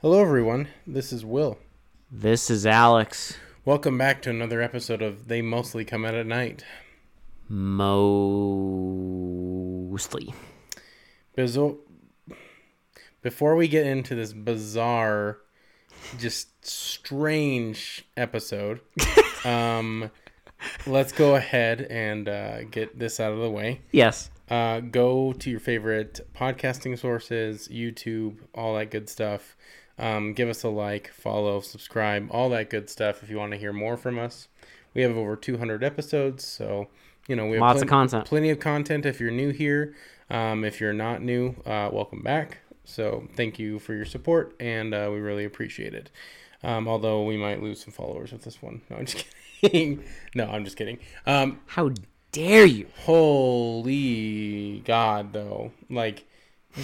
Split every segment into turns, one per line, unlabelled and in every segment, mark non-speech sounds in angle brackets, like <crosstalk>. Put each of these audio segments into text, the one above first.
Hello, everyone. This is Will.
This is Alex.
Welcome back to another episode of They Mostly Come Out at Night.
Mostly.
Bizar- Before we get into this bizarre, just strange episode, um, let's go ahead and uh, get this out of the way.
Yes.
Uh, go to your favorite podcasting sources, YouTube, all that good stuff. Um, give us a like, follow, subscribe, all that good stuff if you want to hear more from us. We have over 200 episodes, so you know we have
Lots of
plen-
content.
plenty of content. If you're new here, um, if you're not new, uh, welcome back. So thank you for your support, and uh, we really appreciate it. Um, although we might lose some followers with this one. <laughs> No, I'm just kidding. <laughs> no, I'm just kidding. Um,
How dare you?
Holy God, though. Like,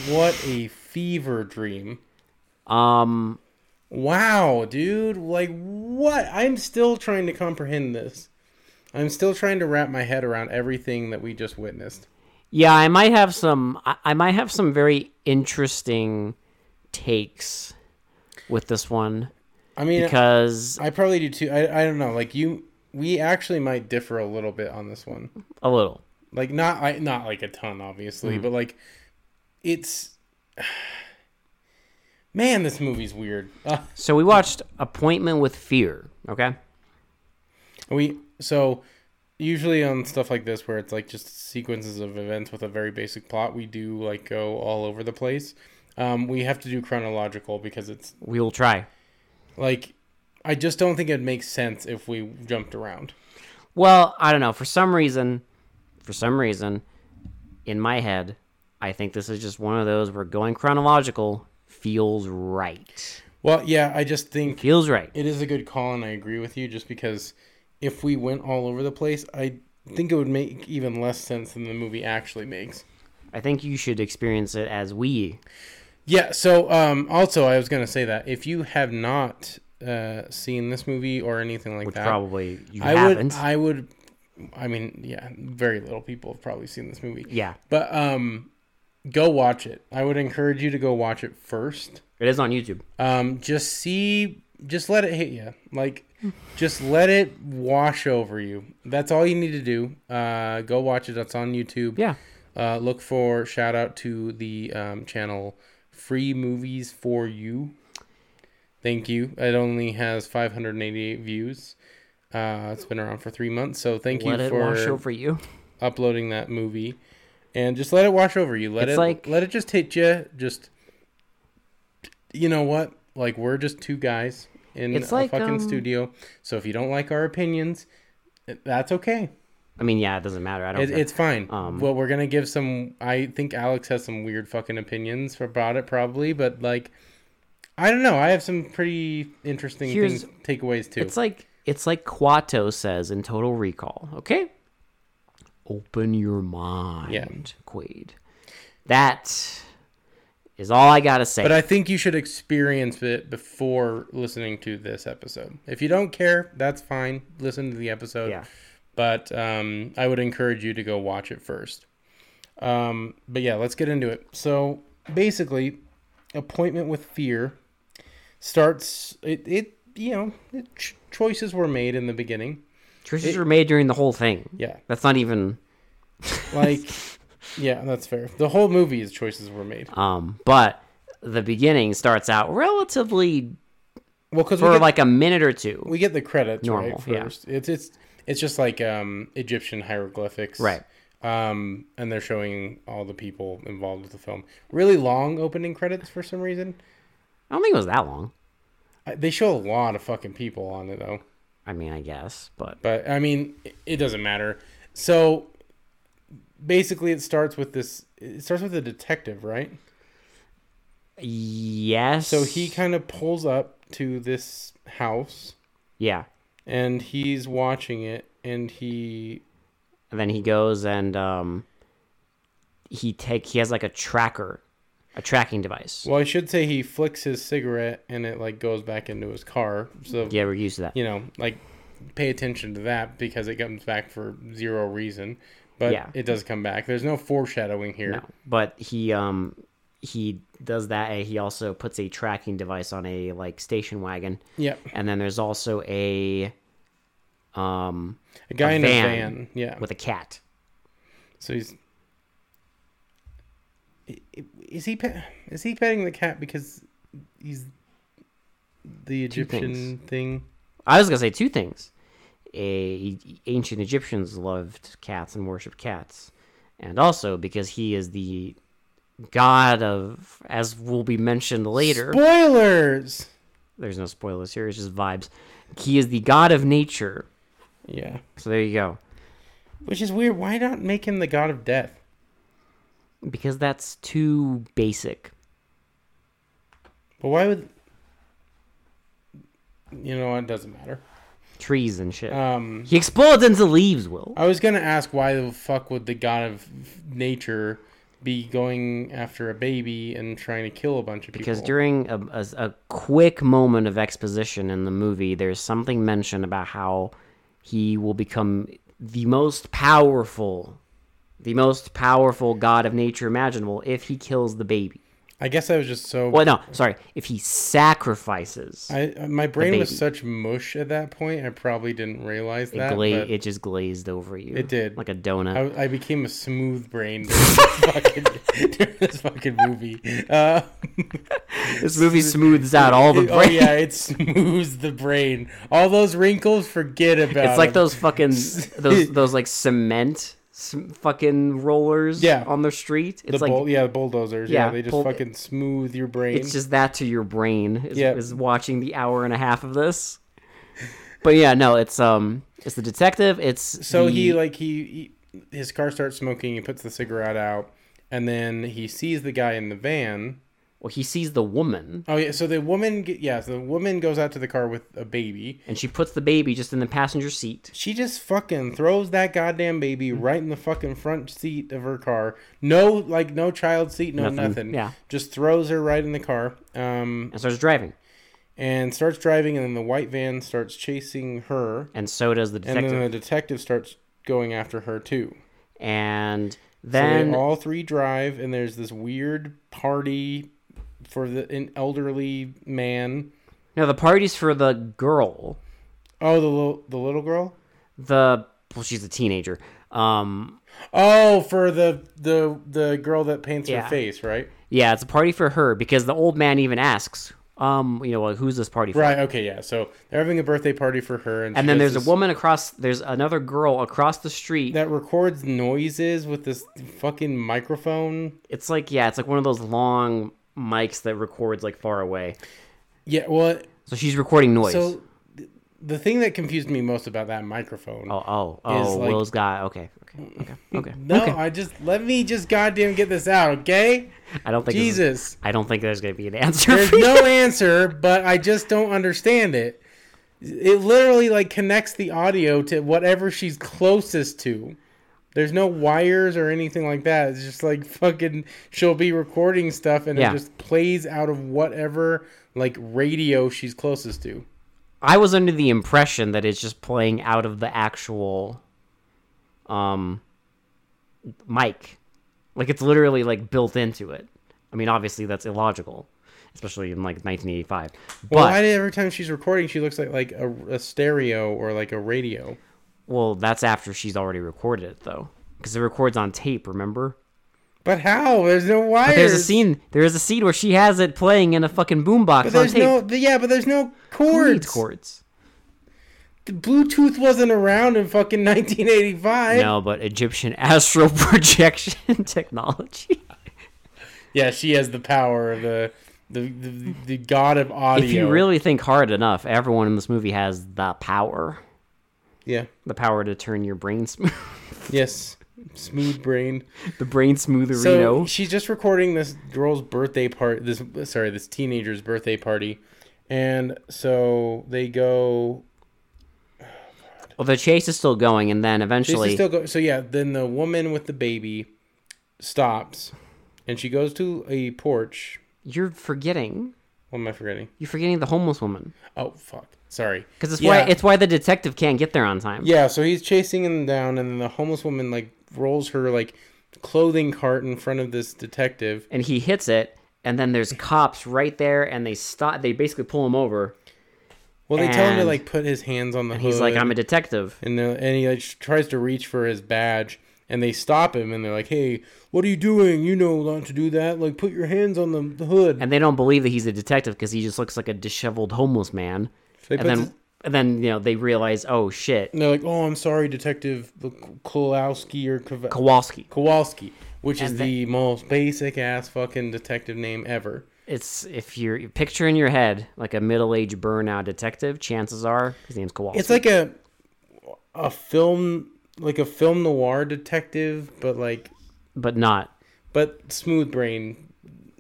what a fever dream.
Um,
Wow, dude. Like, what? I'm still trying to comprehend this. I'm still trying to wrap my head around everything that we just witnessed.
yeah, I might have some. I, I might have some very interesting takes with this one
I mean,
because
I probably do too. I, I don't know. Like, you, we actually might differ a little bit on this one.
a little.
like not I not like a ton obviously, but like it's <sighs> man, this movie's weird. <laughs> Uh,
So we watched Appointment with Fear. Okay.
we so usually on stuff like this where it's like just sequences of events with a very basic plot, we do like go all over the place. Um, we have to do chronological because it's
We will try.
like I just don't think it makes sense if we jumped around.
Well, I don't know. For some reason, for some reason, in my head, I think this is just one of those where going chronological feels right.
Well, yeah, I just think
Feels right.
It is a good call, and I agree with you. Just because if we went all over the place, I think it would make even less sense than the movie actually makes.
I think you should experience it as we.
Yeah. So, um, also, I was gonna say that if you have not uh, seen this movie or anything like that,
Probably you
I
haven't.
would, I would, I mean, yeah, very little people have probably seen this movie.
yeah,
But um, go watch it. I would encourage you to go watch it first.
it is on YouTube.
um, just see just let it hit you
<laughs>
like just let it wash over you that's all you need to do uh, go watch it that's on youtube
Yeah,
uh, look for shout out to the um, channel free movies for you thank you it only has 588 views uh, it's been around for three months so thank
let
you
it
for
wash over you.
uploading that movie and just let it wash over you let
It's
it
like-
let it just hit you just you know what like we're just two guys in
It's
a
like,
fucking
um,
studio so if you don't like our opinions that's okay
I mean, yeah, it doesn't matter. I don't.
it,
care.
it's fine
Um,
well we're gonna give some i think alex has some weird fucking opinions about it probably but like i don't know i have some pretty interesting
Here's-
things takeaways too
It's like it's like Quato says in Total Recall. Okay, open your mind,
Yeah.
Quaid. That is all I gotta say.
But I think you should experience it before listening to this episode. If you don't care, that's fine. Listen to the episode.
yeah,
But um, I would encourage you to go watch it first. Um, but yeah, let's get into it. So basically, Appointment with Fear starts. It, it you know, it, ch- choices were made in the beginning.
choices were made during the whole thing.
Yeah.
That's not even.
Like, <laughs> yeah, that's fair. The whole movie is choices were made.
Um, but the beginning starts out relatively
Well, because we
for
get
like a minute or two.
we get the credits
Normal,
right
yeah.
first. It's it's it's just like um, Egyptian hieroglyphics,
Right.
Um, and they're showing all the people involved with the film. Really long opening credits for some reason.
I don't think it was that long.
I- They show a lot of fucking people on it though,
I mean, I guess, but
but I mean, it- it doesn't matter. So basically, it starts with this. It starts with a detective, right?
yes.
So he kind of pulls up to this house,
yeah,
and he's watching it, and he
and then he goes and um, he take he has like a tracker, a tracking device.
Well, I should say he flicks his cigarette and it like goes back into his car. So
yeah, we're used to that.
you know, like pay attention to that because it comes back for zero reason. But
Yeah.
it does come back. There's no foreshadowing here.
No, but he um he does that and he also puts a tracking device on a like station wagon
Yep.
and then there's also a um
A guy
A
in
van
a van. Yeah.
with a cat
So he's. I- I- Is he pet, is he petting the cat because he's the Egyptian thing?
i was gonna say two things a ancient egyptians loved cats and worshiped cats and also because he is the god of as will be mentioned later
Spoilers.
there's no spoilers here it's just vibes he is the god of nature
Yeah,
so there you go
which is weird. Why not make him the god of death?
because that's too basic
But why would you know? what, It doesn't matter.
trees and shit
Um,
He explodes into leaves, Will.
I was gonna ask why the fuck would the god of nature be going after a baby and trying to kill a bunch of people?
Because during a, a, a quick moment of exposition in the movie, there's something mentioned about how he will become the most powerful, the most powerful god of nature imaginable if he kills the baby.
I guess I was just so.
Well, no, sorry, if he sacrifices.
I uh, my brain was
baby.
such mush at that point. I probably didn't realize
it,
that.
gla-
but
it just glazed over you.
It did.
Like a donut.
I, I became a smooth
<laughs>
brain during this fucking, during this fucking movie. Uh,
this movie smooths out all the
it- <laughs>
brain.
Oh yeah, it smooths the brain. All those wrinkles, forget about.
<laughs> It's like
them.
those fucking
<laughs>
those those like cement s fucking rollers
Yeah.
on the street.
the
It's like
bull, yeah, the bulldozers. Yeah,
Yeah,
they just
bull-
fucking smooth your brain.
it's just that to your brain is,
Yeah.
is watching the hour and a half of this. But yeah, no, it's um it's the detective, it's
so
the-
he like he, he his car starts smoking. He puts the cigarette out, and then he sees the guy in the van.
well, he sees the woman
Oh yeah, so the woman, ge- yeah, so the woman goes out to the car with a baby.
and she puts the baby just in the passenger seat.
She just fucking throws that goddamn baby
Mm-hmm.
right in the fucking front seat of her car. No, like no child seat, no nothing.
Nothing. Yeah.
just throws her right in the car. Um,
And starts driving.
and starts driving, and then the white van starts chasing her,
And so does the
and
detective.
then
And,
the detective starts going after her too. So
then
they all three drive, and there's this weird party for the an elderly man.
no, the party's for the girl.
Oh, the little the little girl.
The well, she's a teenager. Um
Oh, for the the the girl that paints her
Yeah.
face, right?
Yeah, it's a party for her because the old man even asks, um, you know, well, who's this party for?
Right. Okay. Yeah. So they're having a birthday party for her, and, she
And then
does
there's a
this-
woman across, there's another girl across the street.
that records noises with this fucking microphone.
It's like, yeah, it's like one of those long mics that records like far away.
Yeah. Well,
So she's recording noise.
so th- the thing that confused me most about that microphone.
oh, oh, oh,
Is like-
Will's got, okay, okay, okay, okay.
No, I just let me just goddamn get this out, okay?
I don't think, Jesus.
Jesus,
I don't think there's going to be an answer. <laughs>
there's
for you.
no answer, but I just don't understand it. It literally like connects the audio to whatever she's closest to. There's no wires or anything like that. It's just like fucking she'll be recording stuff and
Yeah.
it just plays out of whatever like radio she's closest to.
I was under the impression that it's just playing out of the actual, um, mic. Like it's literally like built into it. I mean, obviously that's illogical, especially in like 1985. But
Well,
well,
why did every time she's recording, she looks like like a, a stereo or like a radio?
that's after she's already recorded it though, because it records on tape. Remember?
But how? There's no wires.
There's a scene. There is a scene where she has it playing in a fucking boombox on
There's
tape.
no. but Yeah, but there's no
Who
cords.
needs chords.
Bluetooth wasn't around in fucking 1985.
No, but Egyptian <laughs> astral projection <laughs> technology.
Yeah, she has the power of the the the, the god of audio.
If you really think hard enough, everyone in this movie has the power.
Yeah.
The power to turn your brain smooth.
Yes. Smooth brained.
<laughs> the brain smootherino.
So she's just recording this girl's birthday part. This sorry, this teenager's birthday party, and so they go.
well, the chase is still going, and then
They
eventually.
still go. So yeah, then the woman with the baby stops, and she goes to a porch.
You're forgetting.
What am I forgetting?
You're forgetting the homeless woman.
Oh fuck, sorry.
Because it's,
Yeah.
why, it's why the detective can't get there on time.
Yeah, so he's chasing him down, and then the homeless woman like rolls her like clothing cart in front of this detective.
and he hits it, and then there's cops right there, and they stop. They basically pull him over.
Well, they tell him to
And-
like put his hands on the hood.
He's like, "I'm a detective."
and the, and he like, tries to reach for his badge, and they stop him, and they're like, "Hey, what are you doing? You know not to do that. Like, put your hands on the, the hood."
And they don't believe that he's a detective because he just looks like a disheveled homeless man.
They
and
put
then,
his-
and then you know they realize, oh shit,
And they're like, "Oh, I'm sorry, Detective Kowalski or Kov-
Kowalski.
Kowalski, which is
And
the most basic ass fucking detective name ever."
It's if you're picture in your head like a middle-aged burnout detective, chances are his name's Kowalski.
It's like a a film like a film noir detective, but like
but not.
but smooth brain.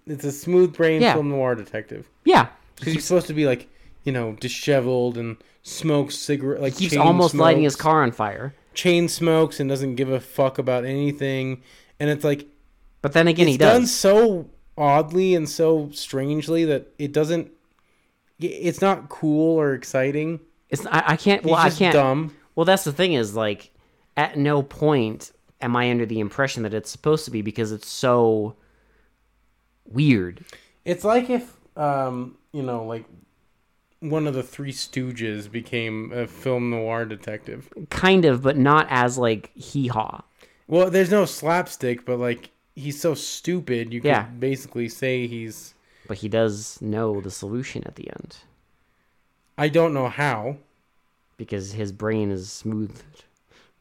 It's a smooth brain
Yeah.
film noir detective
Yeah,
because he's supposed to be like you know disheveled and smokes cigarette like
he keeps
chain
almost lighting his
smokes-
car on fire.
chain smokes and doesn't give a fuck about anything, and it's like
But then again, he
it's done
does.
so oddly and so strangely that it doesn't. It's not cool or exciting.
It's I, I can't.
He's
Well, I
just
can't.
dumb.
Well, that's the thing is like at no point am I under the impression that it's supposed to be because it's so weird.
It's like if um, you know, like one of the Three Stooges became a film noir detective.
Kind of, but not as like hee haw.
Well, there's no slapstick, but like he's so stupid, you could
Yeah.
basically say he's.
But he does know the solution at the end
I don't know how.
because his brain is smoothed.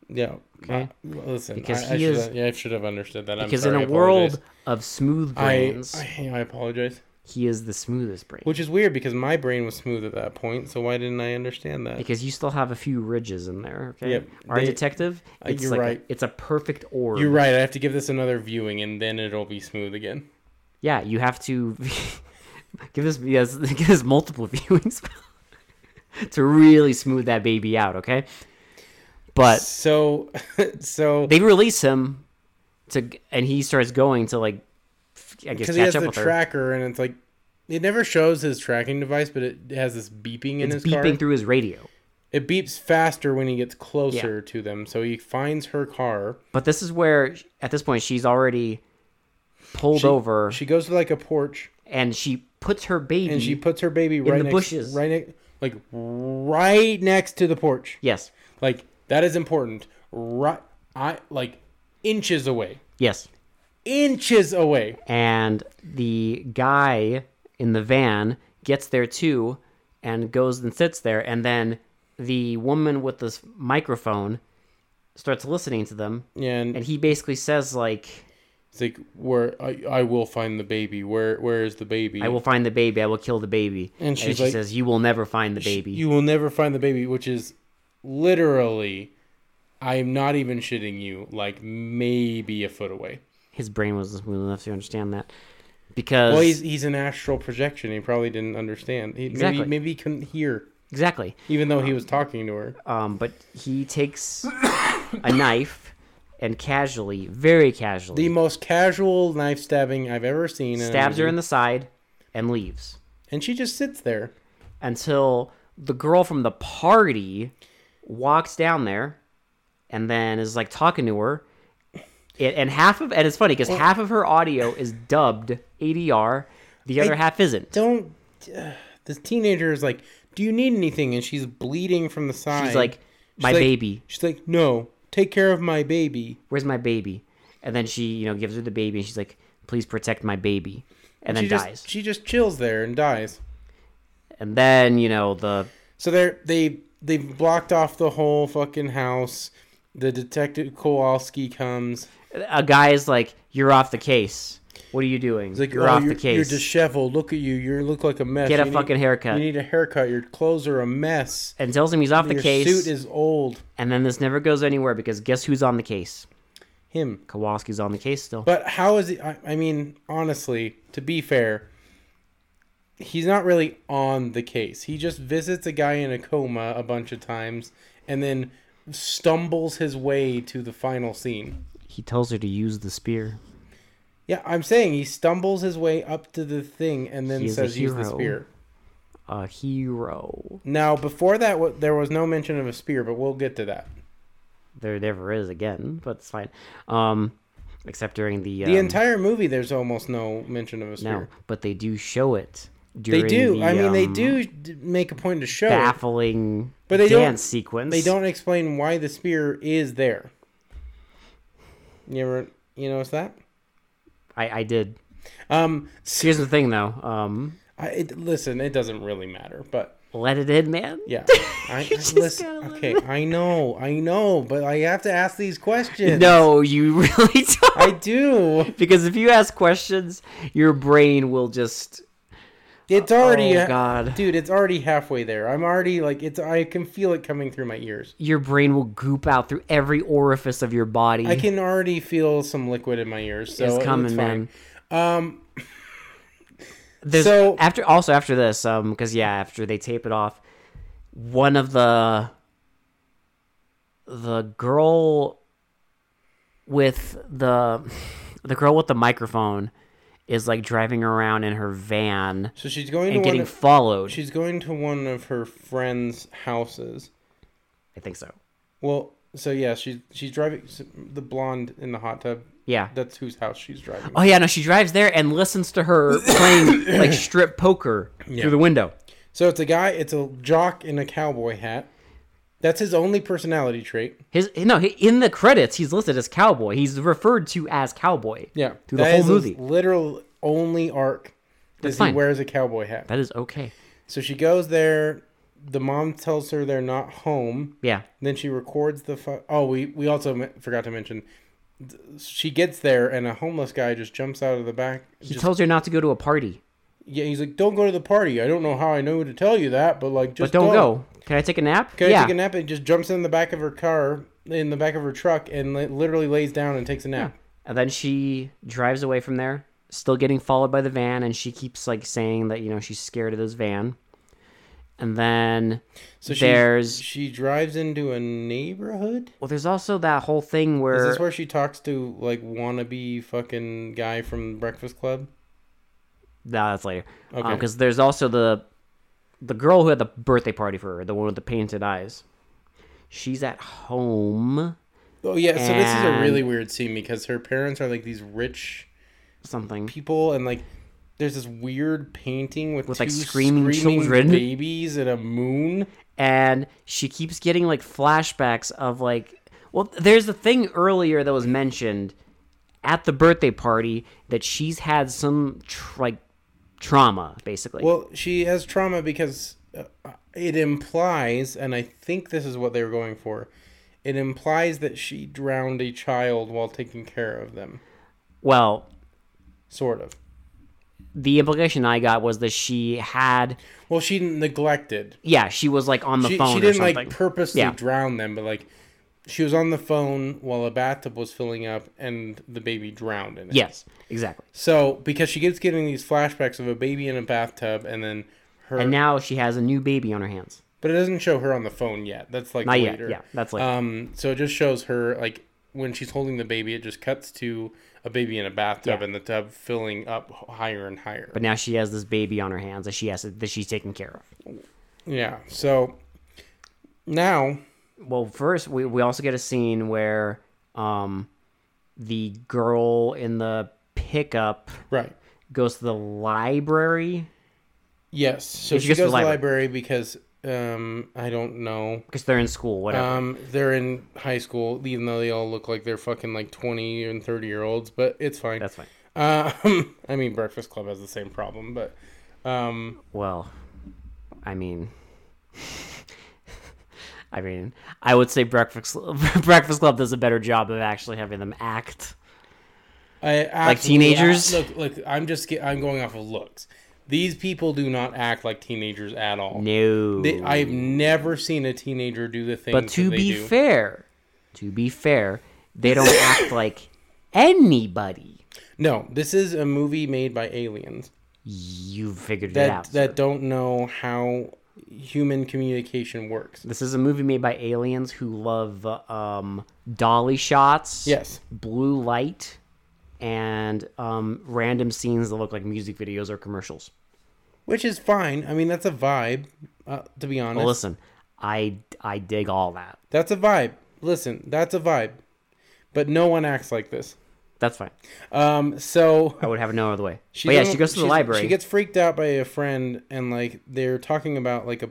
Yeah.
Okay.
Uh, listen,
Because
I, I
he
should
is-
have, yeah, I should have understood that. I'm
Because
sorry,
in
I
a
apologize.
world of smooth
I,
brains,
I I apologize.
he is the smoothest brain.
Which is weird because my brain was smooth at that point, so why didn't I understand that?
because you still have a few ridges in there, okay?
Yep,
Our
they- uh,
detective, it's
you're
like a-
right.
it's a perfect orb.
You're right. I have to give this another viewing, and then it'll be smooth again.
Yeah, you have to <laughs> give this yes, <laughs> give this multiple viewings to really smooth that baby out, okay? But
So, <laughs> so
they release him to, and he starts going to like, f- I guess
because
catch
he has
up
the
with her.
tracker, and it's like it never shows his tracking device, but it has this beeping in his
It's beeping
car.
through his radio.
It beeps faster when he gets closer to them, so he finds her car.
But this is where, at this point, she's already pulled
She-
over,
She goes to like a porch,
and she puts her baby.
and she puts her baby right
Mm-hmm. the
next,
bushes.
right next, like right next to the porch.
yes,
Like that is important. Right, I like inches away.
yes,
inches away.
and the guy in the van gets there too and goes and sits there and then the woman with this microphone starts listening to them
And
and he basically says like
it's like, where I, I will find the baby. Where where is the baby?
i will find the baby i will kill the baby
And she's
she
like-
says you will never find the baby
You will never find the baby, which is literally, I am not even shitting you. Like maybe a foot away.
his brain wasn't smooth enough to understand that because
Well, he's he's an astral projection. He probably didn't understand. He,
Exactly.
Maybe maybe he couldn't hear,
exactly
even though he was talking to her.
um, but he takes a knife and casually very casually
The most casual knife stabbing I've ever seen. in a
stabs her
movie.
in the side and leaves
and she just sits there.
until the girl from the party walks down there and then is like talking to her. It, and half of and it's funny because half of her audio is dubbed ADR, the other half isn't.
Don't. Uh, this teenager is like, "Do you need anything?" And she's bleeding from the side.
She's like, "My
like-
baby,
She's like, "No, take care of my baby."
where's my baby?" And then she, you know, gives her the baby, and she's like, "Please protect my baby," and then
she
dies.
just she just chills there and dies.
And then you know the
So they they they've blocked off the whole fucking house. The detective Kowalski comes.
a guy is like, "You're off the case. What are you doing?
He's like,
you're
"Oh,
off
you're,
the case.
You're disheveled. Look at you. You look like a mess.
Get a
You need-
fucking haircut."
You need a haircut. Your clothes are a mess.
and tells him he's off the
Your
case.
suit is old.
And then this never goes anywhere because guess who's on the case?
Him.
Kowalski's on the case still.
But how is he? I, I mean, honestly, to be fair, he's not really on the case. He just visits a guy in a coma a bunch of times and then stumbles his way to the final scene.
he tells her to use the spear.
Yeah, I'm saying he stumbles his way up to the thing and then
He's a
says, "Use the
hero.
spear."
A hero.
Now, before that, wa- there was no mention of a spear, but we'll get to that.
There never is again, but it's fine. Um, except during the
The
um,
entire movie, there's almost no mention of a
no,
spear.
but they do show it.
they
During
do.
the,
I mean, they
um,
do d- make a point to show. it.
baffling
But they don't-
dance sequence.
They don't explain why the spear is there. You ever you notice that?
I, I did.
Um, s-
Here's the thing, though. Um,
I, it, listen, it doesn't really matter, but
let it in, man. <laughs>
yeah, I,
You just
I listen.
gotta let
Okay, I know, I know, but I have to ask these questions.
No, you really don't.
I do.
because if you ask questions, your brain will just.
It's already, uh,
oh God,
dude. It's already halfway there. I'm already like it's. I can feel it coming through my ears.
your brain will goop out through every orifice of your body.
I can already feel some liquid in my ears. So
it's coming,
fine.
man.
Um,
There's
So-
after also after this, um, because yeah, after they tape it off, one of the the girl with the <sighs> the girl with the microphone is like driving around in her van
so she's going
and
to one.
getting
of-
followed.
She's going to one of her friends' houses.
I think so.
Well, so yeah, she's she's driving s- the blonde in the hot tub.
Yeah.
That's whose house she's driving.
Oh yeah, no, she drives there and listens
<coughs>
to her playing like strip poker
Yeah.
through the window.
So it's a guy. It's a jock in a cowboy hat. That's his only personality trait.
His no, he- in the credits he's listed as cowboy. He's referred to as cowboy.
Yeah,
Through the
That
whole
is
movie.
His literal only arc.
That's
Is he
fine.
wears a cowboy hat.
That is okay.
So she goes there. The mom tells her they're not home.
Yeah.
Then she records the. Fu- oh, we we also me- forgot to mention. th- She gets there and a homeless guy just jumps out of the back.
He
just-
tells her not to go to a party,
yeah, he's like, "Don't go to the party." I don't know how I know to tell you that, but like,
but
just
don't
don't
go. Can I take a nap?
Guy
yeah.
take a nap and just jumps in the back of her car, in the back of her truck, and li- literally lays down and takes a nap.
and then she drives away from there, still getting followed by the van, and she keeps like saying that you know she's scared of this van. And then
So she
there's
she drives into a neighborhood.
well, there's also that whole thing
Is
where,
this where she talks to like wannabe fucking guy from Breakfast Club?
no, that's later.
Okay.
Because there's also the the girl who had the birthday party for her, the one with the painted eyes. She's at home,
Oh yeah. So this is a
And-
really weird scene because her parents are like these rich
something.
people, and like there's this weird painting with,
With,
two
like, screaming children.
babies, and a moon.
and she keeps getting like flashbacks of like well there's a thing earlier that was mentioned at the birthday party that she's had some tr- like trauma basically
Well, she has trauma because uh, it implies, and I think this is what they were going for. It implies that she drowned a child while taking care of them,
well
sort of.
the implication i got was that she had
Well, she neglected.
yeah she was like on the
She,
phone
she
or
didn't
something
like purposely
Yeah.
drown them, but like she was on the phone while a bathtub was filling up, and the baby drowned in it.
yes exactly
So because she keeps getting these flashbacks of a baby in a bathtub, and then her,
and now she has a new baby on her hands
but it doesn't show her on the phone yet. That's like
not yet
later.
yeah that's like
Um, so it just shows her like when she's holding the baby, it just cuts to a baby in a bathtub
Yeah.
and the tub filling up h- higher and higher.
but now she has this baby on her hands that she has that she's taking care of
yeah. So now,
well first we, we also get a scene where um the girl in the pickup
right?
goes to the library
Yes. So
Yeah,
she,
she
goes
goes to
to
the
the
library.
library because um, I don't know.
because they're in school whatever
Um, they're in high school, even though they all look like they're fucking like twenty and thirty year olds. But it's fine.
that's fine
Um, <laughs> I mean, Breakfast Club has the same problem, but um,
well i mean <laughs> i mean i would say breakfast breakfast club <laughs> does a better job of actually having them act
I absolutely-
teenagers?
Look, look. I'm just get, I'm going off of looks. These people do not act like teenagers at all.
no
They, I've never seen a teenager do the things.
but to
that they
be
do.
fair to be fair
<coughs>
they don't act like anybody
no, this is a movie made by aliens
you figured
that
it out
that don't know how human communication works.
This is a movie made by aliens who love um, dolly shots,
Yes,
blue light, and um, random scenes that look like music videos or commercials.
which is fine. I mean, that's a vibe. Uh, to be honest,
Well, listen, I I dig all that.
that's a vibe. Listen, that's a vibe. But no one acts like this.
That's fine.
Um, so
I would have it no other way.
She's
but yeah,
in-
she goes to the
she's-
library.
She gets freaked out by a friend, and like they're talking about like a.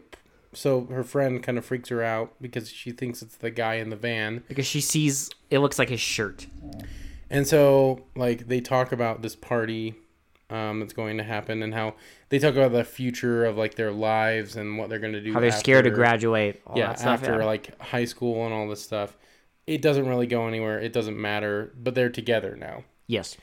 So her friend kind of freaks her out because she thinks it's the guy in the van,
because she sees it looks like his shirt.
and so like they talk about this party um, that's going to happen, and how they talk about the future of like their lives and what they're going to do.
How they're scared to
after-
graduate. All
yeah
that stuff.
after
yeah.
like high school and all this stuff. It doesn't really go anywhere. It doesn't matter, but they're together now.
yes,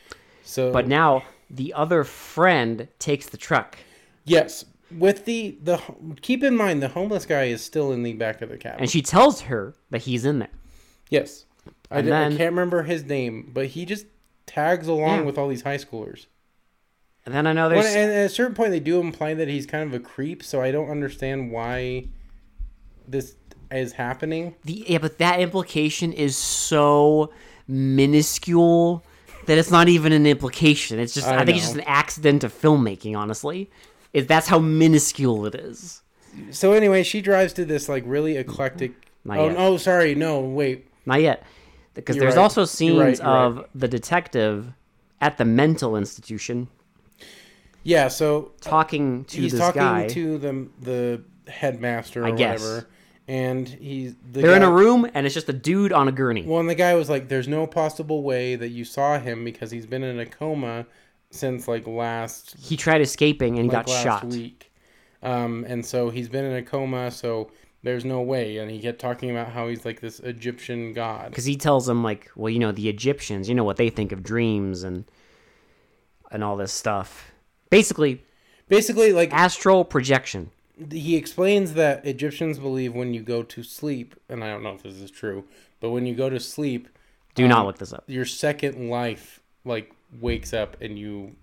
So,
but now the other friend takes the truck,
yes, with the the keep in mind the homeless guy is still in the back of the cabin.
and she tells her that he's in there.
Yes. I,
And
did, I
then-
can't remember his name, but he just tags along
Yeah.
with all these high schoolers.
And then I know
When,
there's
and at a certain point, they do imply that he's kind of a creep, so I don't understand why this is happening.
the yeah, but that implication is so minuscule that it's not even an implication. It's just
I
I, think it's
know.
just an accident of filmmaking. Honestly, it, that's how minuscule it is.
So anyway, she drives to this like really eclectic.
Mm-hmm. Not
oh,
yet.
oh, sorry, no, wait.
Not yet, because
You're
there's
right.
also
You're right,
scenes
you're right.
of the detective at the mental institution
Yeah, so
talking to
he's
this
talking
guy.
to the the headmaster or
guess.
whatever, and he's the
They're in
guy-
a room, and it's just a dude on a gurney.
Well, and the guy was like, "There's no possible way that you saw him because he's been in a coma since like last
he tried escaping and
like
got shot.
week. Um, and so he's been in a coma, so there's no way. And he kept talking about how he's like this Egyptian god.
because he tells him like, well, you know, the Egyptians, you know what they think of dreams and and all this stuff. Basically,
Basically, like
astral projection.
he explains that Egyptians believe when you go to sleep, and I don't know if this is true, but when you go to sleep, um,
Do not look this up.
your second life like wakes up and you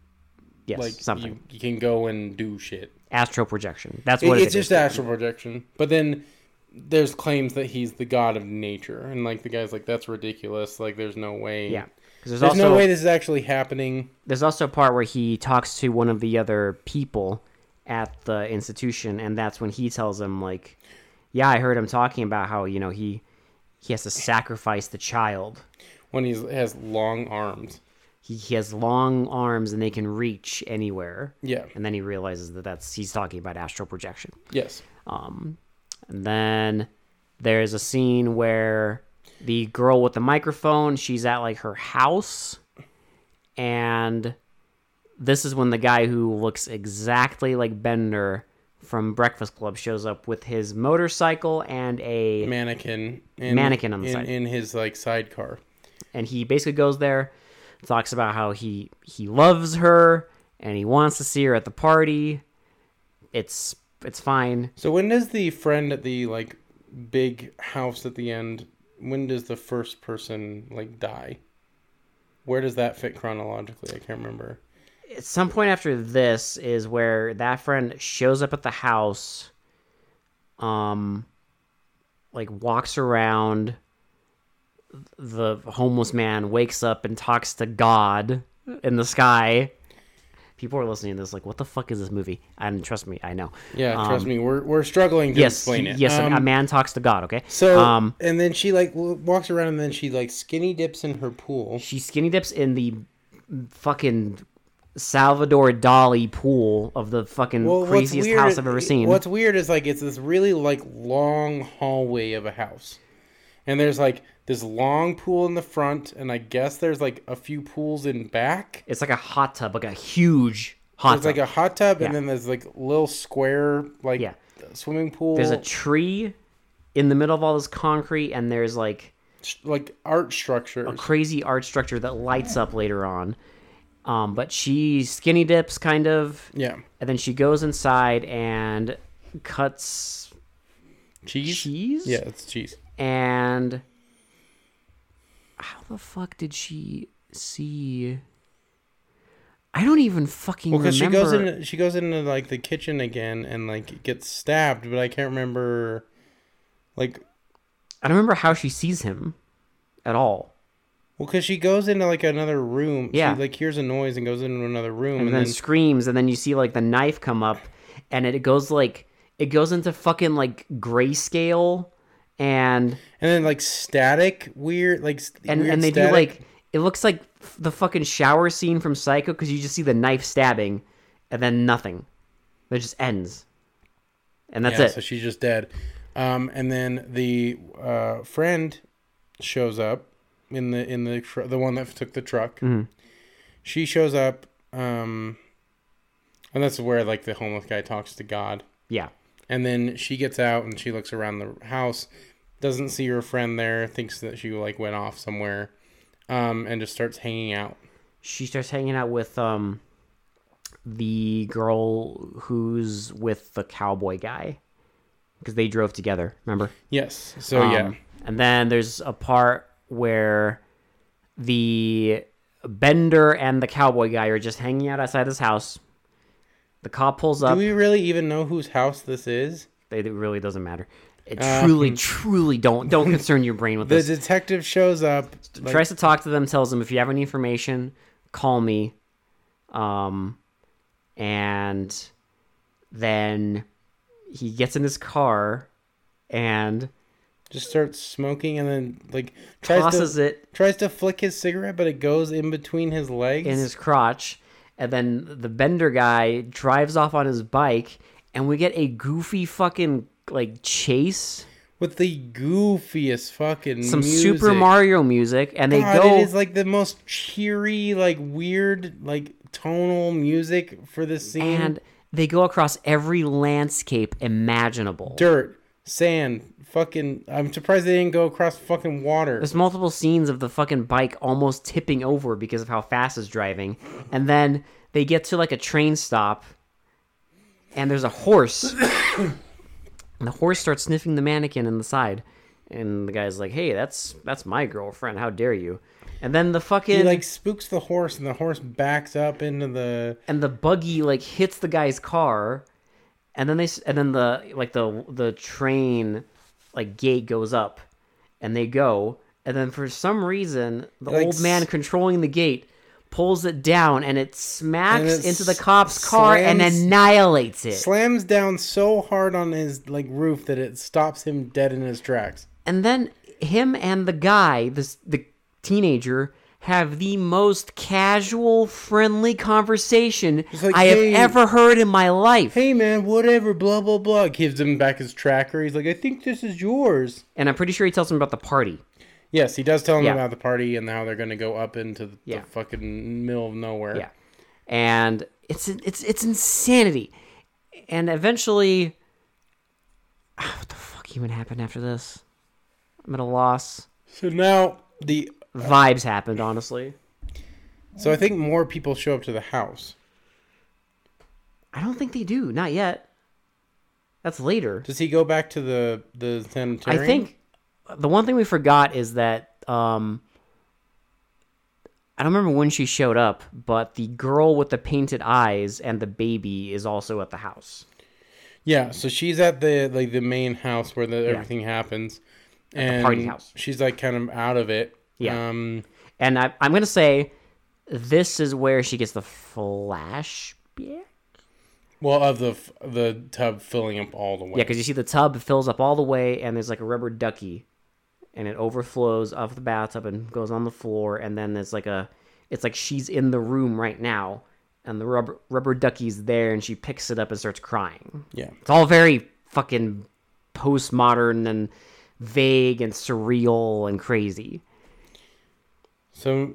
Yes,
like
something
you, you can go and do shit.
astral projection. That's
It-
what
it's
it
just
is.
astral projection. But then there's claims that he's the god of nature, and like the guy's like, "That's ridiculous. Like, there's no way."
yeah, because there's,
There's
also
no way this is actually happening.
there's also a part where he talks to one of the other people at the institution, and that's when he tells him like, yeah, I heard him talking about how you know he he has to sacrifice the child
when he has long arms.
he, he has long arms and they can reach anywhere.
Yeah.
And then he realizes that that's he's talking about astral projection.
Yes.
Um, and then there's a scene where the girl with the microphone, she's at like her house, and this is when the guy who looks exactly like Bender from Breakfast Club shows up with his motorcycle and a
Mannequin. In,
Mannequin on the
in,
side.
in his like sidecar.
and he basically goes there talks about how he he loves her and he wants to see her at the party it's it's fine
So when does the friend at the like big house at the end? When does the first person like die? Where does that fit chronologically? I can't remember.
at some point after this is where that friend shows up at the house um like walks around the homeless man wakes up and talks to god in the sky people are listening to this like what the fuck is this movie and trust me i know
Yeah,
Um,
trust me, we're we're struggling to
yes
explain it.
yes a-
Um,
a man talks to god okay
so
um
and then she like w- walks around and then she like skinny dips in her pool.
She skinny dips in the fucking Salvador Dali pool of the fucking
Well, what's
craziest
weird-
house I've ever seen.
What's weird is like it's this really like long hallway of a house, and there's like this long pool in the front, and I guess there's like a few pools in back.
It's like a hot tub, like a huge hot
There's
tub.
like a hot tub,
Yeah.
and then there's like little square like
Yeah.
swimming pool.
there's a tree in the middle of all this concrete, and there's like
tr- like art structures.
crazy art structure that lights up later on. Um, but she skinny dips kind of,
Yeah,
and then she goes inside and cuts
cheese.
cheese.
Yeah, it's cheese.
and how the fuck did she see? I don't even fucking
Well, because
remember.
she goes in, she goes into like the kitchen again and like gets stabbed, but I can't remember, like
I don't remember how she sees him at all.
Well, because she goes into like another room.
Yeah.
She like hears a noise and goes into another room,
And,
and,
then,
then
screams, and then you see like the knife come up, and it goes like it goes into fucking like grayscale, and
and then like static, weird, like s-
and
weird
and they do
static.
like It looks like f- the fucking shower scene from Psycho because you just see the knife stabbing, and then nothing. It just ends, and that's
yeah,
it.
So she's just dead. Um, and then the uh, friend shows up in the in the tr- the one that took the truck.
Mm-hmm.
She shows up, um, and that's where like the homeless guy talks to God.
yeah,
And then she gets out and she looks around the house, doesn't see her friend there, thinks that she like went off somewhere, um, and just starts hanging out.
she starts hanging out with um, the girl who's with the cowboy guy because they drove together. Remember?
Yes. So Oh, yeah,
Um, And then there's a part where the Bender and the cowboy guy are just hanging out outside this house. The cop pulls
do
up.
we really even know whose house this is?
They- It really doesn't matter. It truly, truly
<laughs>
don't don't concern your brain with
Uh, hmm. The
this.
detective shows up. like-
Tries to talk to them, tells them if you have any information, call me. Um, and then he gets in his car and
just starts smoking and then like tries
tosses
to
it
tries to flick his cigarette, but it goes in between his legs.
in his crotch, and then the bender guy drives off on his bike, and we get a goofy fucking like chase,
with the goofiest fucking
some
music.
Super Mario music, and they
God,
go
It is like the most cheery, like weird, like tonal music for this scene.
and they go across every landscape imaginable.
Dirt, sand, fucking. I'm surprised they didn't go across fucking water.
There's multiple scenes of the fucking bike almost tipping over because of how fast it's driving, and then they get to like a train stop, and there's a horse, <coughs> and the horse starts sniffing the mannequin in the side, and the guy's like, "Hey, that's that's my girlfriend. How dare you!" And then the
He
fucking
like spooks the horse, and the horse backs up into the.
and the buggy like hits the guy's car, and then they s- and then the like the the train like gate goes up, and they go, and then for some reason the
Like
old man
s-
controlling the gate pulls it down, and it smacks
And it
into the
s-
cop's car and
slams-
annihilates it.
Slams down so hard on his like roof that it stops him dead in his tracks.
and then him and the guy, this the teenager. Have the most casual, friendly conversation
like,
I
"Hey."
have ever heard in my life.
hey man, whatever, blah blah blah. Gives him back his tracker. He's like, I think this is yours.
And I'm pretty sure he tells him about the party.
Yes, he does tell him
Yeah.
about the party and how they're gonna go up into the,
Yeah.
the fucking middle of nowhere.
Yeah, and it's it's it's insanity, and eventually, ah, what the fuck even happened after this? I'm at a loss.
So now the
Vibes happened, honestly.
so I think more people show up to the house.
I don't think they do. Not yet. That's later.
Does he go back to the the sanitarium?
I think the one thing we forgot is that um, I don't remember when she showed up, but the girl with the painted eyes and the baby is also at the house.
Yeah. So she's at the like the main house where the, everything happens. and
party house.
She's like kind of out of it.
Yeah.
Um,
And I, I'm gonna say this is where she gets the flashback. Yeah,
well, of the f- the tub filling up all the way.
because you see the tub fills up all the way, and there's like a rubber ducky, and it overflows off the bathtub and goes on the floor, and then there's like a, it's like she's in the room right now, and the rubber rubber ducky's there, and she picks it up and starts crying.
yeah.
It's all very fucking postmodern and vague and surreal and crazy.
So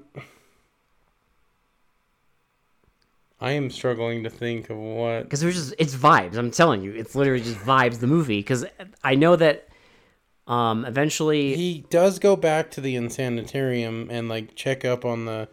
I am struggling to think of what
because there's just it's vibes. I'm telling you, it's literally just vibes. The movie because I know that um eventually
he does go back to the insanitarium and like check up on the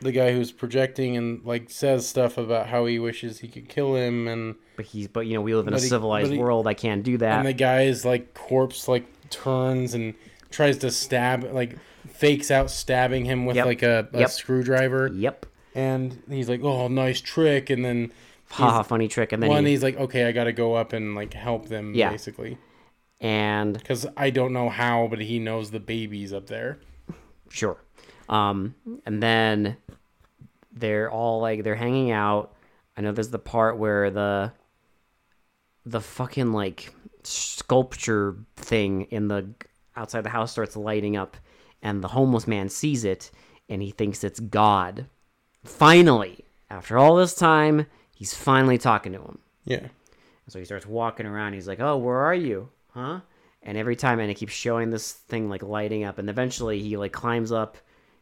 the guy who's projecting and like says stuff about how he wishes he could kill him and
but he's but you know we live in a
But he-
civilized
but he-
world. I can't do that.
and the guy's like corpse like turns and tries to stab like fakes out stabbing him with
Yep.
like a, a
Yep.
screwdriver
yep,
and he's like oh nice trick and then
haha, funny trick. And then
one
he-
he's like okay I got to go up and like help them
Yeah.
basically
and
because I don't know how, but he knows the babies up there.
sure, um, and then they're all like they're hanging out. I know there's the part where the the fucking like sculpture thing in the outside the house starts lighting up and the homeless man sees it and he thinks it's God. Finally, after all this time, he's finally talking to him.
Yeah.
And so he starts walking around. He's like, "Oh, where are you? Huh?" And every time, and it keeps showing this thing like lighting up, and eventually he like climbs up,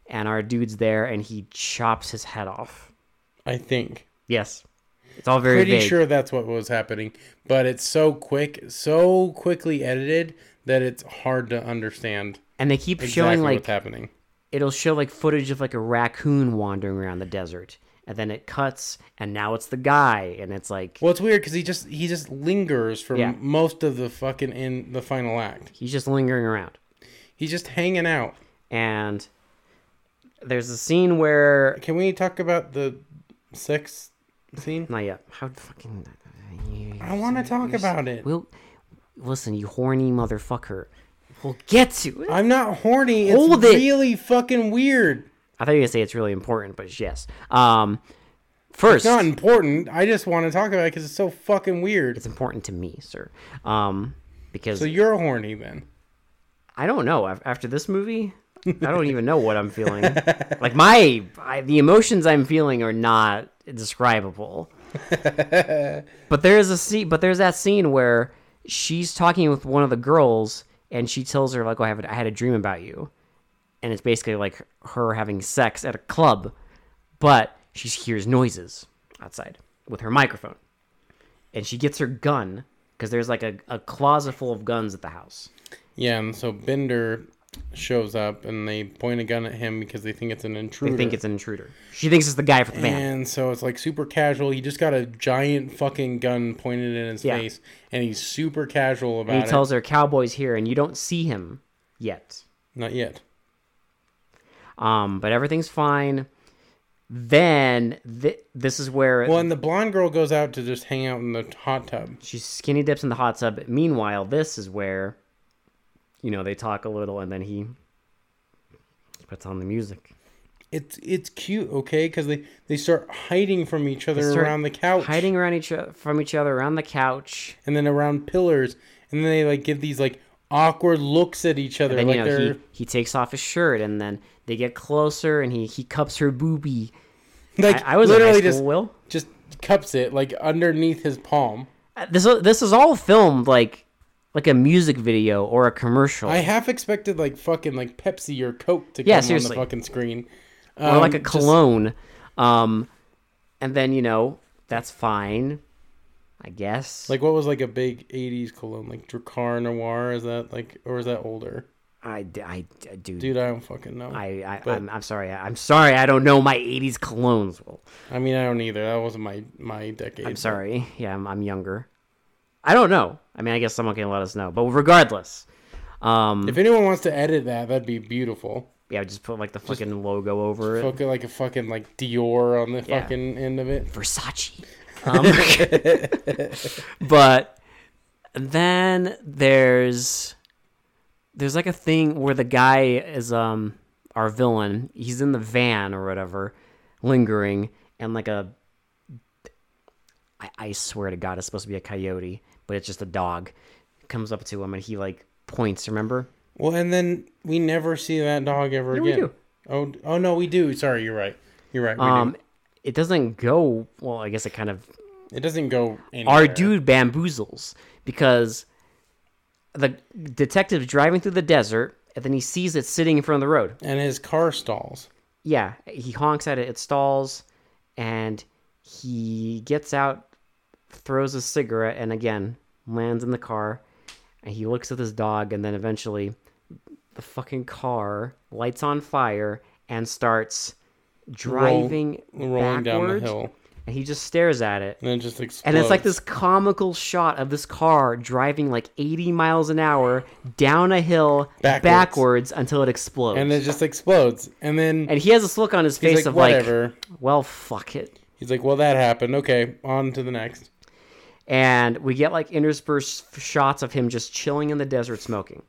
and our dude's there, and he chops his head off.
I think.
Yes, it's all very
Pretty
vague.
sure that's what was happening, but it's so quick, so quickly edited that it's hard to understand
and they keep
exactly
showing like
what's happening.
it'll show like footage of like a raccoon wandering around the desert, and then it cuts, and now it's the guy, and it's like
Well, it's weird because he just he just lingers for
Yeah.
most of the fucking in the final act.
he's just lingering around.
He's just hanging out.
And there's a scene where
Can we talk about the sex scene?
not yet. How fucking
I want to talk about it.
We'll listen, you horny motherfucker. We'll get to it.
I'm not horny. It's
Hold it.
really fucking weird.
I thought you were gonna say it's really important, but yes. Um, first,
Not important. I just want to talk about it because it's so fucking weird.
it's important to me, sir. Um, because
So you're horny then?
I don't know af- after this movie, I don't even know what I'm feeling. like my I, the emotions I'm feeling are not describable. but there is a scene, but there's that scene where she's talking with one of the girls, and she tells her like, oh, "I have a, I had a dream about you," and it's basically like her having sex at a club, but she hears noises outside with her microphone, and she gets her gun because there's like a, a closet full of guns at the house.
Yeah. And so Bender shows up and they point a gun at him because they think it's an intruder.
They think it's an intruder. She thinks it's the guy from the van.
And so it's like super casual. He just got a giant fucking gun pointed in his
Yeah.
face, and he's super casual about
and
it.
he tells her Cowboy's here, and you don't see him yet.
Not yet.
Um, but everything's fine. Then th- this is where
Well, and the blonde girl goes out to just hang out in the hot tub.
she skinny dips in the hot tub. Meanwhile, this is where, you know, they talk a little, and then he puts on the music,
It's it's cute, okay? Because they they start hiding from each other
start
around the couch,
hiding around each o- from each other around the couch.
and then around pillars, and then they like give these like awkward looks at each other,
And
like
you know,
they're
he, he takes off his shirt, and then they get closer, and he he cups her boobie.
<laughs> like
I, I was
literally
in high school,
just
Will.
just cups it like underneath his palm.
this this is all filmed like like a music video or a commercial
I half expected like fucking like Pepsi or Coke to
Yeah,
come
seriously.
on the fucking screen,
or like a
Um, just-
cologne um and then you know that's fine i guess
Like what was like a big '80s cologne, like Dracar Noir? Is that like, or is that older?
i d- i d- dude,
Dude, I don't fucking know. I,
i i
but-
I'm, I'm sorry I, am sorry i don't know my 80s colognes well
mean, I don't either. That wasn't my my decade.
i'm sorry yeah I'm, I'm younger i don't know i mean i guess someone can let us know but regardless um
If anyone wants to edit that, that'd be beautiful.
yeah just put like the fucking logo over it
Fucking like a fucking like Dior on the
Yeah.
fucking end of it.
Versace. Um, <laughs> but then there's there's like a thing where the guy is um our villain. He's in the van or whatever, lingering, and like a I, I swear to God, it's supposed to be a coyote, but it's just a dog. Comes up to him and he like points. Remember?
Well, and then we never see that dog ever
we
again.
do.
Oh, d- oh no, we do. Sorry, you're right. You're right. We
Um, it doesn't go well. I guess it kind of
do. It doesn't go anywhere.
our dude bamboozles because the detective's driving through the desert and then he sees it sitting in front of the road.
and his car stalls.
Yeah, he honks at it, it stalls, and he gets out, throws a cigarette, and again lands in the car. And he looks at this dog, and then eventually the fucking car lights on fire and starts driving
rolling down the
backwards,
hill.
And he just stares at it.
And then just explodes.
And it's like this comical shot of this car driving like 80 miles an hour down a hill
Backwards.
backwards, until it explodes.
And
And,
it just explodes. And then
he has this look on his face
he's like,
of
whatever.
like, well, fuck it.
He's like, well, that happened. Okay, on to the next.
And we get like interspersed f- shots of him just chilling in the desert smoking.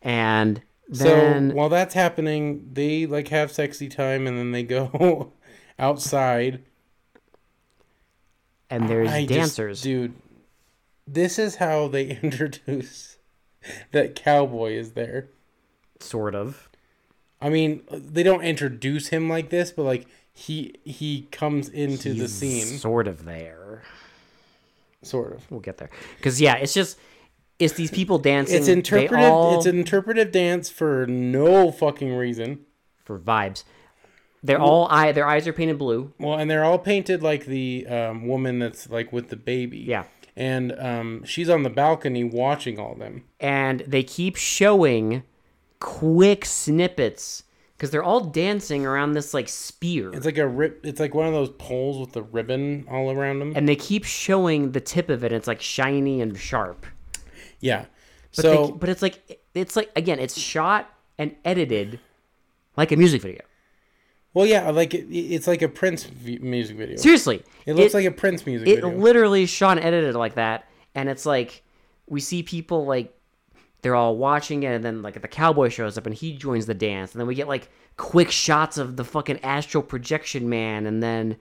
And then
so while that's happening, they like have sexy time and then they go <laughs> outside.
and there's
I just-
dancers.
dude, this is how they <laughs> introduce that cowboy is there.
sort of.
I mean, they don't introduce him like this, but like he he comes into the
He's
scene
sort of there.
sort of.
We'll get there. Because yeah, it's just it's these people dancing.
It's
They
interpretive.
all-
It's an interpretive dance for no fucking reason.
for vibes. They're all eye. Their eyes are painted blue.
Well, and they're all painted like the um, woman that's like with the baby.
Yeah.
and um, she's on the balcony watching all them.
and they keep showing quick snippets because they're all dancing around this like spear
It's like a rip. It's like one of those poles with the ribbon all around them.
and they keep showing the tip of it and it's like shiny and sharp
Yeah.
but,
So
they, but it's like it's like again it's shot and edited like a music video
well, yeah, like it, it's like a Prince v- music video.
seriously
It looks like a Prince music
it
video.
literally is shot and edited like that and it's like we see people like they're all watching it and then like the cowboy shows up and he joins the dance and then we get like quick shots of the fucking astral projection man and then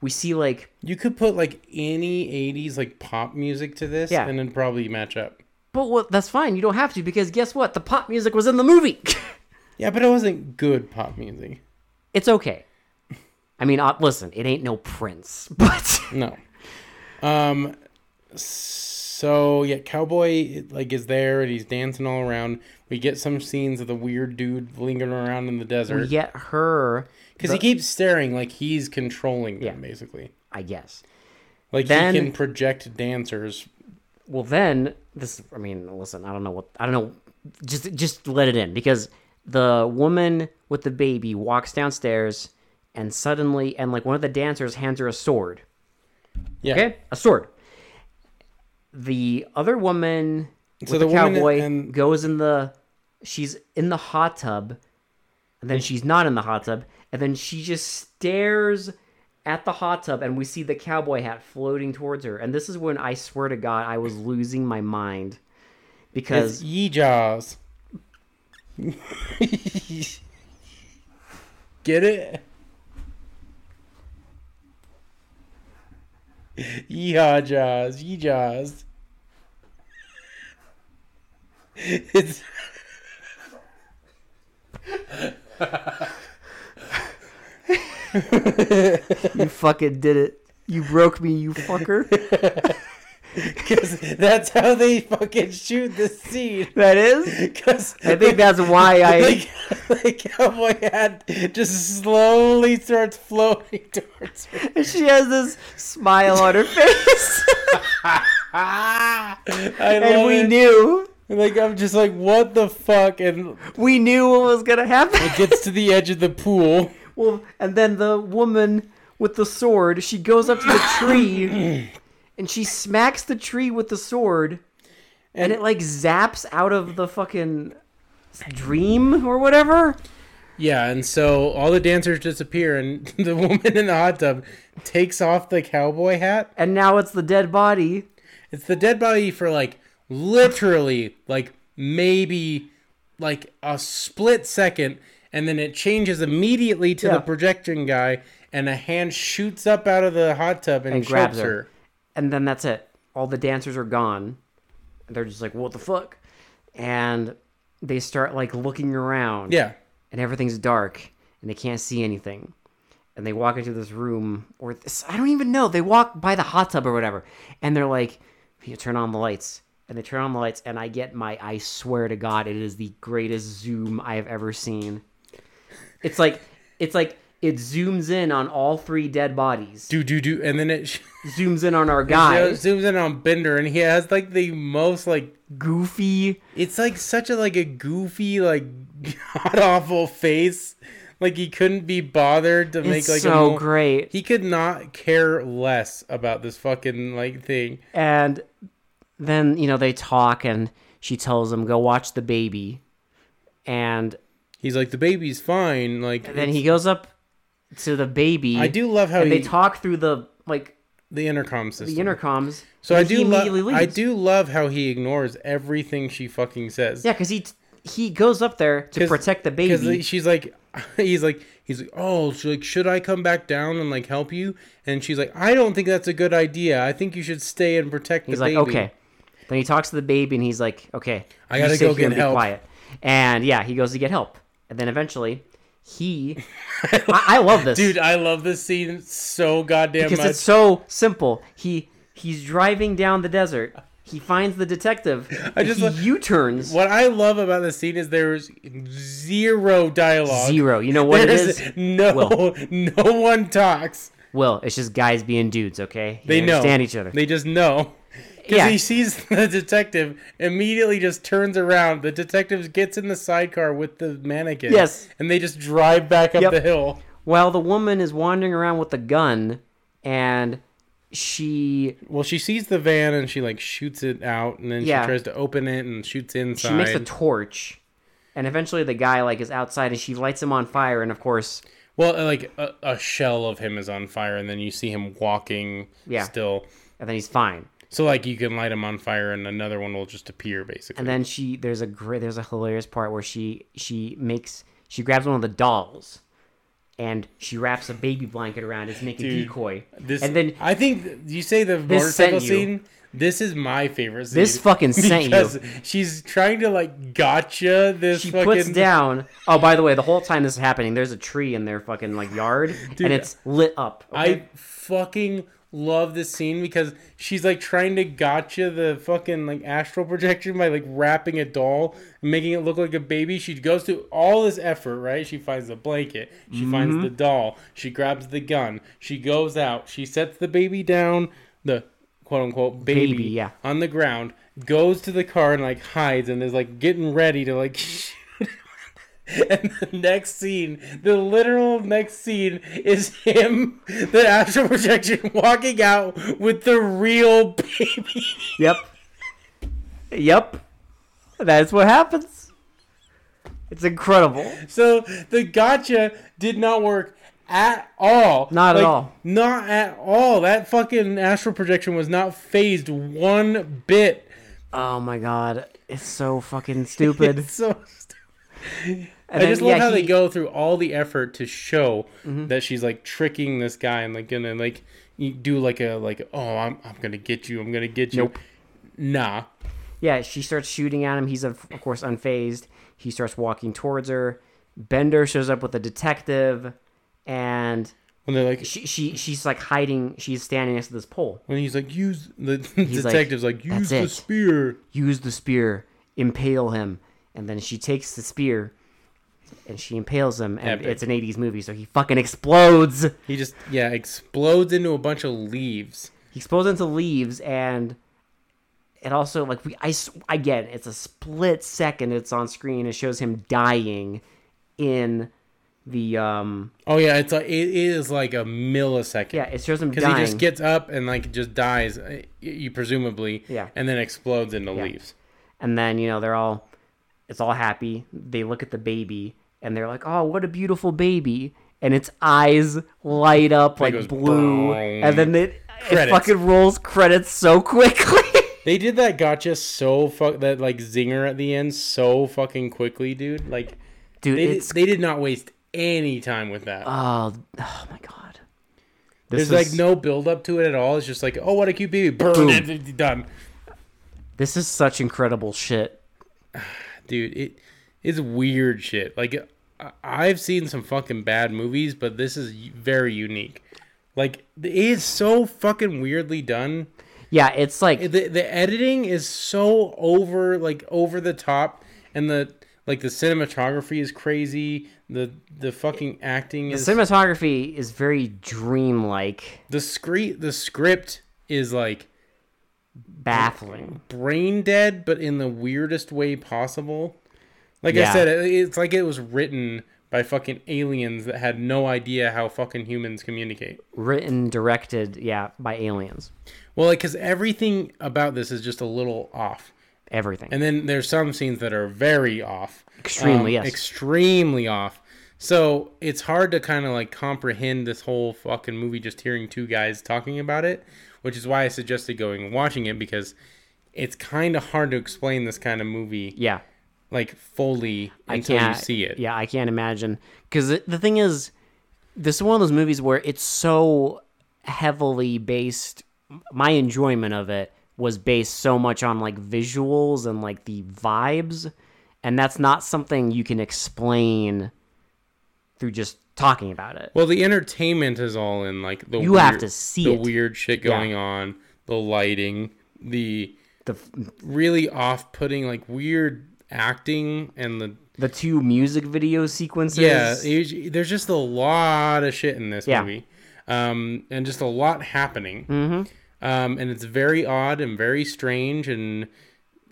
we see like
you could put like any '80s like pop music to this,
Yeah.
and then probably match up.
but well, that's fine you don't have to because guess what the pop music was in the movie <laughs>
Yeah, but it wasn't good pop music.
it's okay i mean uh, listen it ain't no prince <laughs> but
No. Um. So yeah, cowboy like is there and he's dancing all around. We get some scenes of the weird dude lingering around in the desert
yet her
because he keeps staring like he's controlling them basically.
i guess
Like
Then-
he can project dancers.
Well, then this. I mean, listen. I don't know what. I don't know. Just just let it in because the woman with the baby walks downstairs and suddenly and like one of the dancers hands her a sword.
Yeah.
Okay, a sword. The other woman with
So
the,
the woman
cowboy
and-
goes in the. She's in the hot tub, and then she's not in the hot tub, and then she just stares at the hot tub, and we see the cowboy hat floating towards her. And this is when I swear to God, I was losing my mind because
It's Yeejaws. <laughs> Get it? Yeehaw jaws, yee jaws. <laughs> It's
you fucking did it. You broke me, you fucker.
because that's how they fucking shoot the scene.
that is.
<laughs> Because
I think that's
<laughs>
why I.
the cowboy hat just slowly starts floating <laughs> towards her.
she has this smile on her face, <laughs>
I
and
love
we
it.
knew.
Like I'm just like, what the fuck? And
we knew what was gonna happen.
gets to the edge of the pool.
well, and then the woman with the sword, she goes up to the
<coughs>
tree, and she smacks the tree with the sword, and,
And-
it like zaps out of the fucking dream or whatever.
Yeah, and so all the dancers disappear, and <laughs> the woman in the hot tub takes off the cowboy hat.
And now it's the dead body.
It's the dead body for like literally like maybe like a split second, and then it changes immediately to
Yeah.
the projection guy, and a hand shoots up out of the hot tub and,
And grabs
grabs
her.
her.
and then that's it. All the dancers are gone. They're just like, what the fuck? And they start like looking around.
Yeah,
and everything's dark and they can't see anything. And they walk into this room or this, I don't even know. They walk by the hot tub or whatever and they're like, "You turn on the lights." And they turn on the lights and I get my I swear to god it is the greatest zoom I have ever seen. It's like it's like it zooms in on all three dead bodies.
do do do, and then it <laughs> sh-
Zooms in on our guy,
zooms in on Bender, and he has like the most like
Goofy.
It's like such a like a goofy like <laughs> god awful face. Like he couldn't be bothered to make
It's
like a
so
mo-
great.
He could not care less about this fucking like thing.
and then you know they talk and she tells him go watch the baby and
He's like the baby's fine. Like
then he goes up to the baby
I do love how
and
he,
they talk through the like
the intercom system.
the intercoms
so
and
I
he
do love
immediately
I
leaves.
do love how he ignores everything she fucking says.
yeah because he he goes up there to
'Cause-
protect the
because
baby
she's like <laughs> he's like he's like oh she's like should i come back down and like help you and she's like i don't think that's a good idea i think you should stay and protect
he's
the
like
baby
okay then he talks to the baby and he's like okay
I
you
gotta
sit
go
here and
get
be
help.
quiet and yeah he goes to get help and then eventually
<laughs>
he. I, I love this
Dude, I love this scene so goddamn
because
much.
it's so simple. He he's driving down the desert. He finds the detective. I
just
he
lo-
U-turns
What I love about this scene is there's zero dialogue.
zero.
<laughs>
You know what
There's
it is?
no <laughs> no one talks.
Well, it's just guys being dudes, okay?
They know
understand each other.
They just
<laughs>
know. Because
Yeah.
he sees the detective, immediately just turns around. The detective gets in the sidecar with the mannequin.
Yes.
And they just drive back up
Yep.
the hill.
While the woman is wandering around with a gun and she
Well, she sees the van and she like shoots it out and then
Yeah.
she tries to open it and shoots inside.
she makes a torch and eventually the guy like is outside and she lights him on fire and of course
well, uh, like a, a shell of him is on fire and then you see him walking
Yeah.
still.
and then he's fine.
So like you can light him on fire and another one will just appear basically.
And then she there's a great there's a hilarious part where she she makes she grabs one of the dolls and she wraps a baby blanket around it to make a
Dude,
decoy.
This,
and then
I think th- you say the
sent
motorcycle
you.
scene. This is my favorite scene.
This fucking sent you.
because She's trying to like gotcha this
she
fucking.
puts down oh by the way, the whole time this is happening, there's a tree in their fucking like
<laughs>
yard and it's lit up. okay?
I fucking love this scene because she's like trying to gotcha the fucking like astral projection by like wrapping a doll and making it look like a baby. She goes through all this effort, right? She finds the blanket, she finds
Mm-hmm.
the doll, she grabs the gun, she goes out, she sets the baby down, the quote unquote baby,
Baby, yeah.
on the ground, goes to the car and like hides and is like getting ready to like <laughs> shoot and the next scene, the literal next scene is him, the astral projection, walking out with the real <laughs> baby.
Yep. Yep. That's what happens. It's incredible.
So the gotcha did not work at all.
Not at all.
Not at all. That fucking astral projection was not phased one bit.
Oh my god. It's so fucking
<laughs>
stupid.
It's so stupid.
And
I
then,
just love
yeah,
how they
he- Mm-hmm.
go through all the effort to show that she's like tricking this guy and like gonna like you do like a like oh I'm I'm gonna get you I'm gonna get you.
Nope.
Nah.
Yeah, she starts shooting at him. He's of of course unfazed. He starts walking towards her. Bender shows up with a detective and
When they're like
she, she she's like hiding she's standing next to this pole.
when he's like use the <laughs>
like,
detective's like, use the
it."
spear.
use the spear, impale him, and then she takes the spear and she impales him, and
Epic.
it's an '80s movie, so he fucking explodes. He
He just yeah explodes into a bunch of leaves.
explodes into leaves, and it also like we I s- again, it's a split second. It's on screen. It shows him dying in the um
Oh yeah, it's like it is like a millisecond.
yeah. It shows him
Because
dying.
he just gets up and like just dies, uh, y- you presumably,
Yeah.
and then explodes into leaves.
And then, you know, they're all, it's all happy. They look at the baby and they're like, oh, what a beautiful baby. And its eyes light up like
goes
blue.
boom.
And then it, it
Credits.
fucking rolls credits so quickly. <laughs>
They did that gotcha so fuck that like zinger at the end so fucking quickly, dude. Like
Dude,
they did,
it's.
they did not waste any time with that.
oh, oh, my God. This
There's
is,
like no build up to it at all. It's just like oh what a cute baby, Boom. done,
This is such incredible shit.
dude. It it's weird shit. Like I- I've seen some fucking bad movies, but this is very unique. Like it is so fucking weirdly done.
Yeah, it's like.
the the editing is so over like over the top and the like the cinematography is crazy the the fucking acting is
cinematography is very dreamlike,
the scre- the script is like
baffling.
brain dead but in the weirdest way possible like
Yeah.
i said it, it's like it was written by fucking aliens that had no idea how fucking humans communicate
Written, directed, yeah, by aliens.
well like cuz everything about this is just a little off
Everything.
And then there's some scenes that are very off. Um,
Extremely, yes.
Extremely off. So it's hard to kind of like comprehend this whole fucking movie just hearing two guys talking about it, which is why I suggested going and watching it because it's kind of hard to explain this kind of movie
yeah.
like fully until you
can't-
see it.
Yeah, I can't imagine. Because the thing is, this is one of those movies where it's so heavily based. My enjoyment of it was based so much on like visuals and like the vibes, and that's not something you can explain through just talking about it.
Well, the entertainment is all in like the
You have to see
the
it.
weird shit going on, the lighting, the
The f-
really off-putting like weird acting and the
the two music video sequences.
yeah, e- it- there's just a lot of shit in this
Yeah.
movie. Um and just a lot happening.
Mm-hmm.
Um and it's very odd and very strange and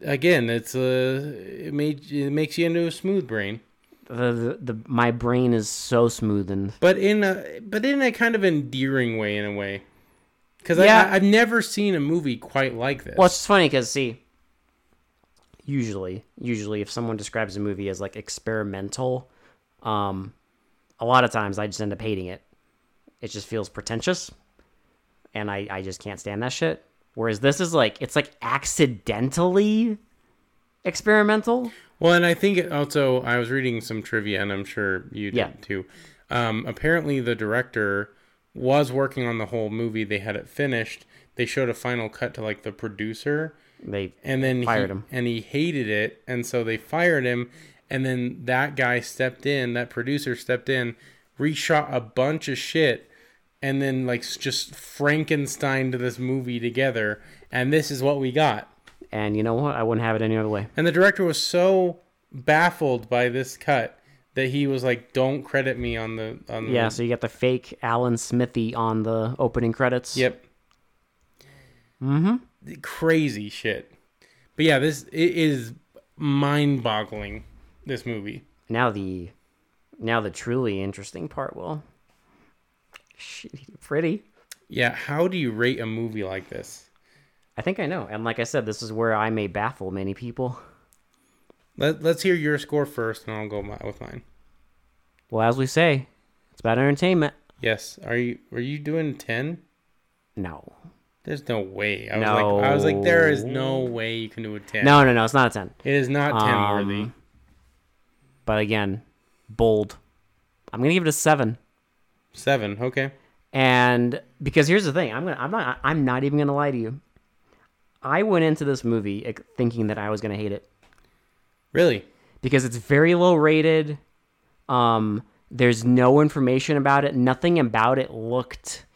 again, it's a it, made, it makes you into a smooth brain.
the, the, the my brain is so smoothened.
but in a but in a kind of endearing way in a way because
Yeah.
I, i've never seen a movie quite like this
Well, it's just funny because see, usually, usually if someone describes a movie as like experimental, um, a lot of times I just end up hating it. It just feels pretentious, and I I just can't stand that shit. Whereas this is like it's like accidentally experimental.
well and i think it also i was reading some trivia and i'm sure you did
Yeah.
too um, apparently the director was working on the whole movie they had it finished they showed a final cut to like the producer
They
and then
Fired
he,
him.
and he hated it and so they fired him and then that guy stepped in that producer stepped in reshot a bunch of shit and then like s- just frankenstein to this movie together and this is what we got
and you know what? I wouldn't have it any other way.
and the director was so baffled by this cut that he was like don't credit me on the on the
Yeah, so you got the fake Alan Smithy on the opening credits.
Yep. Mm-hmm. Crazy shit. But yeah, this it is mind-boggling. This movie.
Now the now the truly interesting part will. Shitty <laughs> pretty.
Yeah, how do you rate a movie like this?
I think I know. And like I said, this is where I may baffle many people.
Let Let's hear your score first, and I'll go my, with mine.
Well, as we say, it's about entertainment.
Yes. Are you Are you doing ten?
No.
There's no way. I was like, I was like, there is no way you can do a ten.
No, no, no, it's not a 10.
it is not ten worthy.
Um, But again, bold. I'm going to give it a 7.
Seven. Okay.
and because here's the thing i'm gonna i'm not i'm not even gonna lie to you i went into this movie ex- thinking that i was gonna hate it
Really?
because it's very low rated um there's no information about it nothing about it looked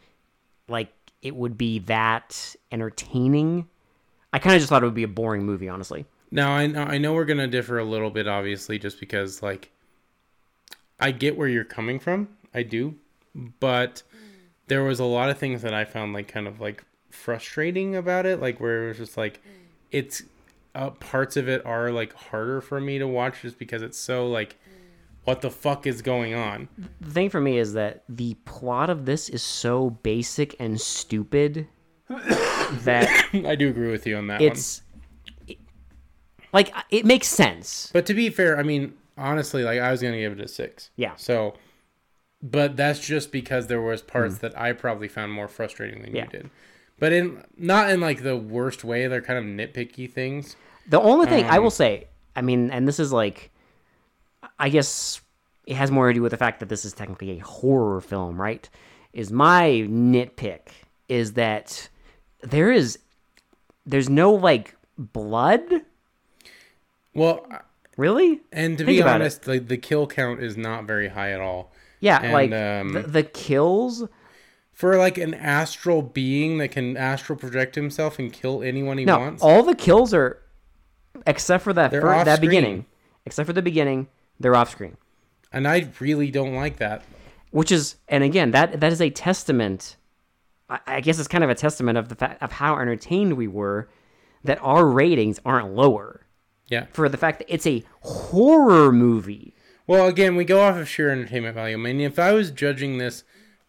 like it would be that entertaining i kind of just thought it would be a boring movie honestly
Now I know I know we're gonna differ a little bit, obviously, just because like I get where you're coming from, I do, but there was a lot of things that I found like kind of like frustrating about it, like where it was just like it's uh, parts of it are like harder for me to watch just because it's so like what the fuck is going on? <laughs>
the thing for me is that the plot of this is so basic and stupid <coughs> that
I do agree with you on that one.
it's it- like it makes sense.
But to be fair, I mean, honestly, like I was gonna give it a six.
Yeah.
So, but that's just because there was parts that I probably found more frustrating than
Hmm. Yeah.
you did. But in not in like the worst way. They're kind of nitpicky things.
The only thing I will
Mm.
say, I mean, and this is like, I guess it has more to do with the fact that this is technically a horror film, right? Is my nitpick is that there is there's no like blood
Well,
really
and to
Think
be
about it.
honest, like the kill count is not very high at all
yeah
and,
like
um,
the, the kills
for like an astral being that can astral project himself and kill anyone he
No,
wants.
all the kills are, except for that
They're
fir-
off
that
screen.
beginning, except for the beginning, they're off screen.
and I really don't like that.
which is and again that that is a testament i, I guess it's kind of a testament of the fact of how entertained we were that our ratings aren't lower
Yeah.
for the fact that it's a horror movie
Well, again, we go off of sheer entertainment value. I mean, if I was judging this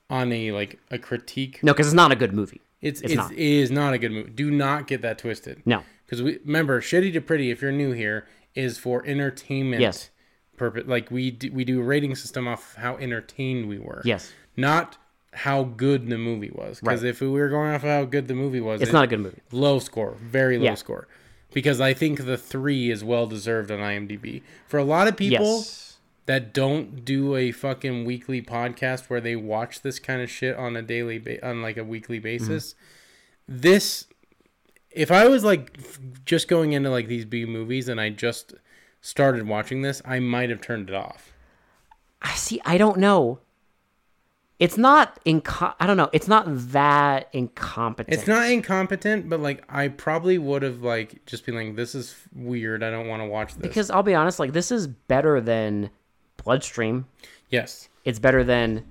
on a like a critique
no because it's not a good movie
It's,
It's
it's,
not.
It is not a good movie. Do not get that twisted.
no
Because we remember, shitty to pretty. If you're new here, is for entertainment.
Yes.
Purpose. Like we do, we do a rating system off of how entertained we were.
yes
Not how good the movie was. Because if we were going off of how good the movie was,
it's not a good movie
low score, very low
Yeah.
score. Because I think the three is well deserved on IMDb. For a lot of people,
yes
that don't do a fucking weekly podcast where they watch this kind of shit on a daily ba- on like a
Mm-hmm.
weekly basis this if i was like f- just going into like these b movies and i just started watching this, I might have turned it off.
I see. I don't know. It's not inco- I don't know. It's not that incompetent.
It's not incompetent, but like I probably would have like just been like, "This is weird. I don't want to watch this."
because I'll be honest. Like this is better than Bloodstream.
yes.
It's better than,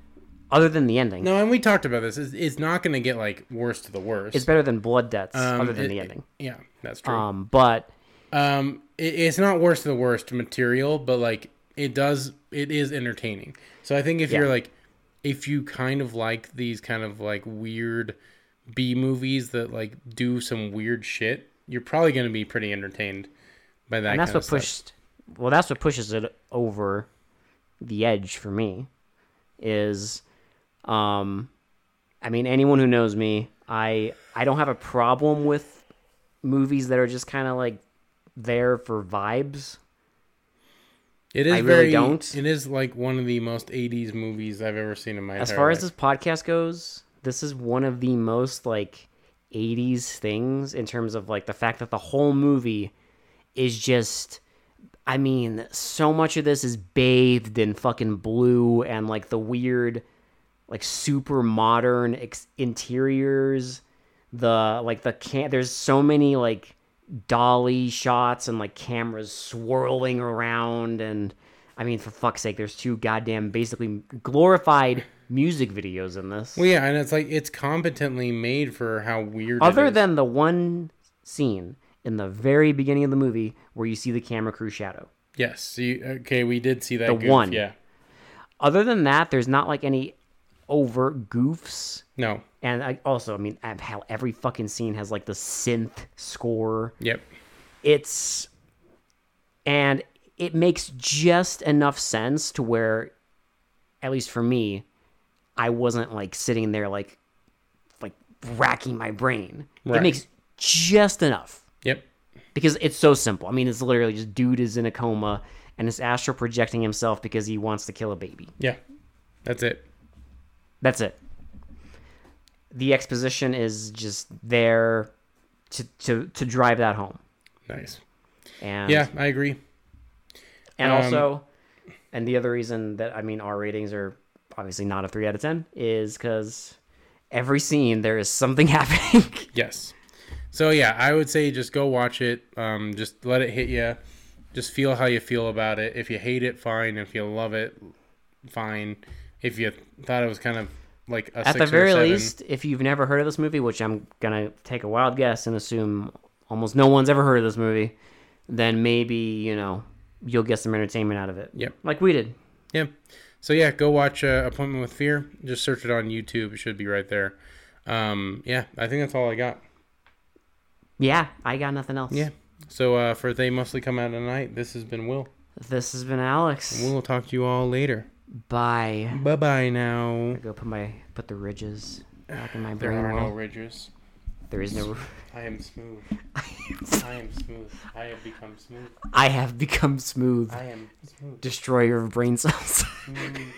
other than the ending.
No, and we talked about this. It's, it's not going to get like worse to the worst.
It's better than Blood Debts,
Um,
other than
it-
the
it-
ending.
yeah, that's true. Um,
Um, but
it, it's not worse to the worst material, but like it does, it is entertaining. So I think if you're like, if you kind of like these kind of like weird B movies that like do some weird shit, you're probably going to be pretty entertained by that.
and that's
kind
what
of stuff.
pushed. Well, that's what pushes it over the edge for me. Is, um, I mean, anyone who knows me, I I don't have a problem with movies that are just kind of like there for vibes.
It is
I really
very.
don't.
It is like one of the most '80s movies I've ever seen in my.
As
entire
far
life.
as this podcast goes, this is one of the most like 80s things in terms of like the fact that the whole movie is just I mean, so much of this is bathed in fucking blue and like the weird like super modern ex- interiors, the like the can there's so many like dolly shots and like cameras swirling around and I mean, for fuck's sake, there's two goddamn basically glorified music videos in this.
Well, yeah, and it's like it's competently made for how weird. it
Other
is.
than the one scene in the very beginning of the movie where you see the camera crew shadow.
yes, you, okay, we did see that.
The
goof,
one.
yeah,
Other than that, there's not like any overt goofs.
no,
And I also, I mean, I- hell, every fucking scene has like the synth score.
yep,
It's and it makes just enough sense to where, at least for me, I wasn't like sitting there like like racking my brain. It
Right.
makes just enough
yep,
because it's so simple. I mean, it's literally just dude is in a coma and it's astral projecting himself because he wants to kill a baby.
yeah. That's it.
That's it. The exposition is just there to to to drive that home.
Nice.
And
Yeah, I agree.
and
um,
also and the other reason that I mean our ratings are obviously not a 3 out of 10 is cuz every scene there is something <laughs> happening.
Yes. So yeah, I would say just go watch it. Um, just let it hit you. Just feel how you feel about it. If you hate it, fine. If you love it, fine. If you thought it was kind of like a
At
six
the
or a
very
seven,
least, if you've never heard of this movie, which I'm gonna take a wild guess and assume almost no one's ever heard of this movie, then maybe you know you'll get some entertainment out of it.
Yep.
like we did.
Yeah. So yeah, go watch uh, Appointment with Fear. Just search it on YouTube. It should be right there. Um, yeah, I think that's all I got.
Yeah, I got nothing else.
Yeah. So uh, for they mostly come out at night. This has been Will.
This has been Alex.
We'll talk to you all later.
Bye.
Bye bye now.
Go put my put the ridges back in my
There
brain.
are no
wall.
ridges.
there is no. <laughs>
I am smooth. <laughs> I am smooth. I have become smooth.
I have become smooth.
I am smooth.
Destroyer of brain cells. <laughs>
smooth.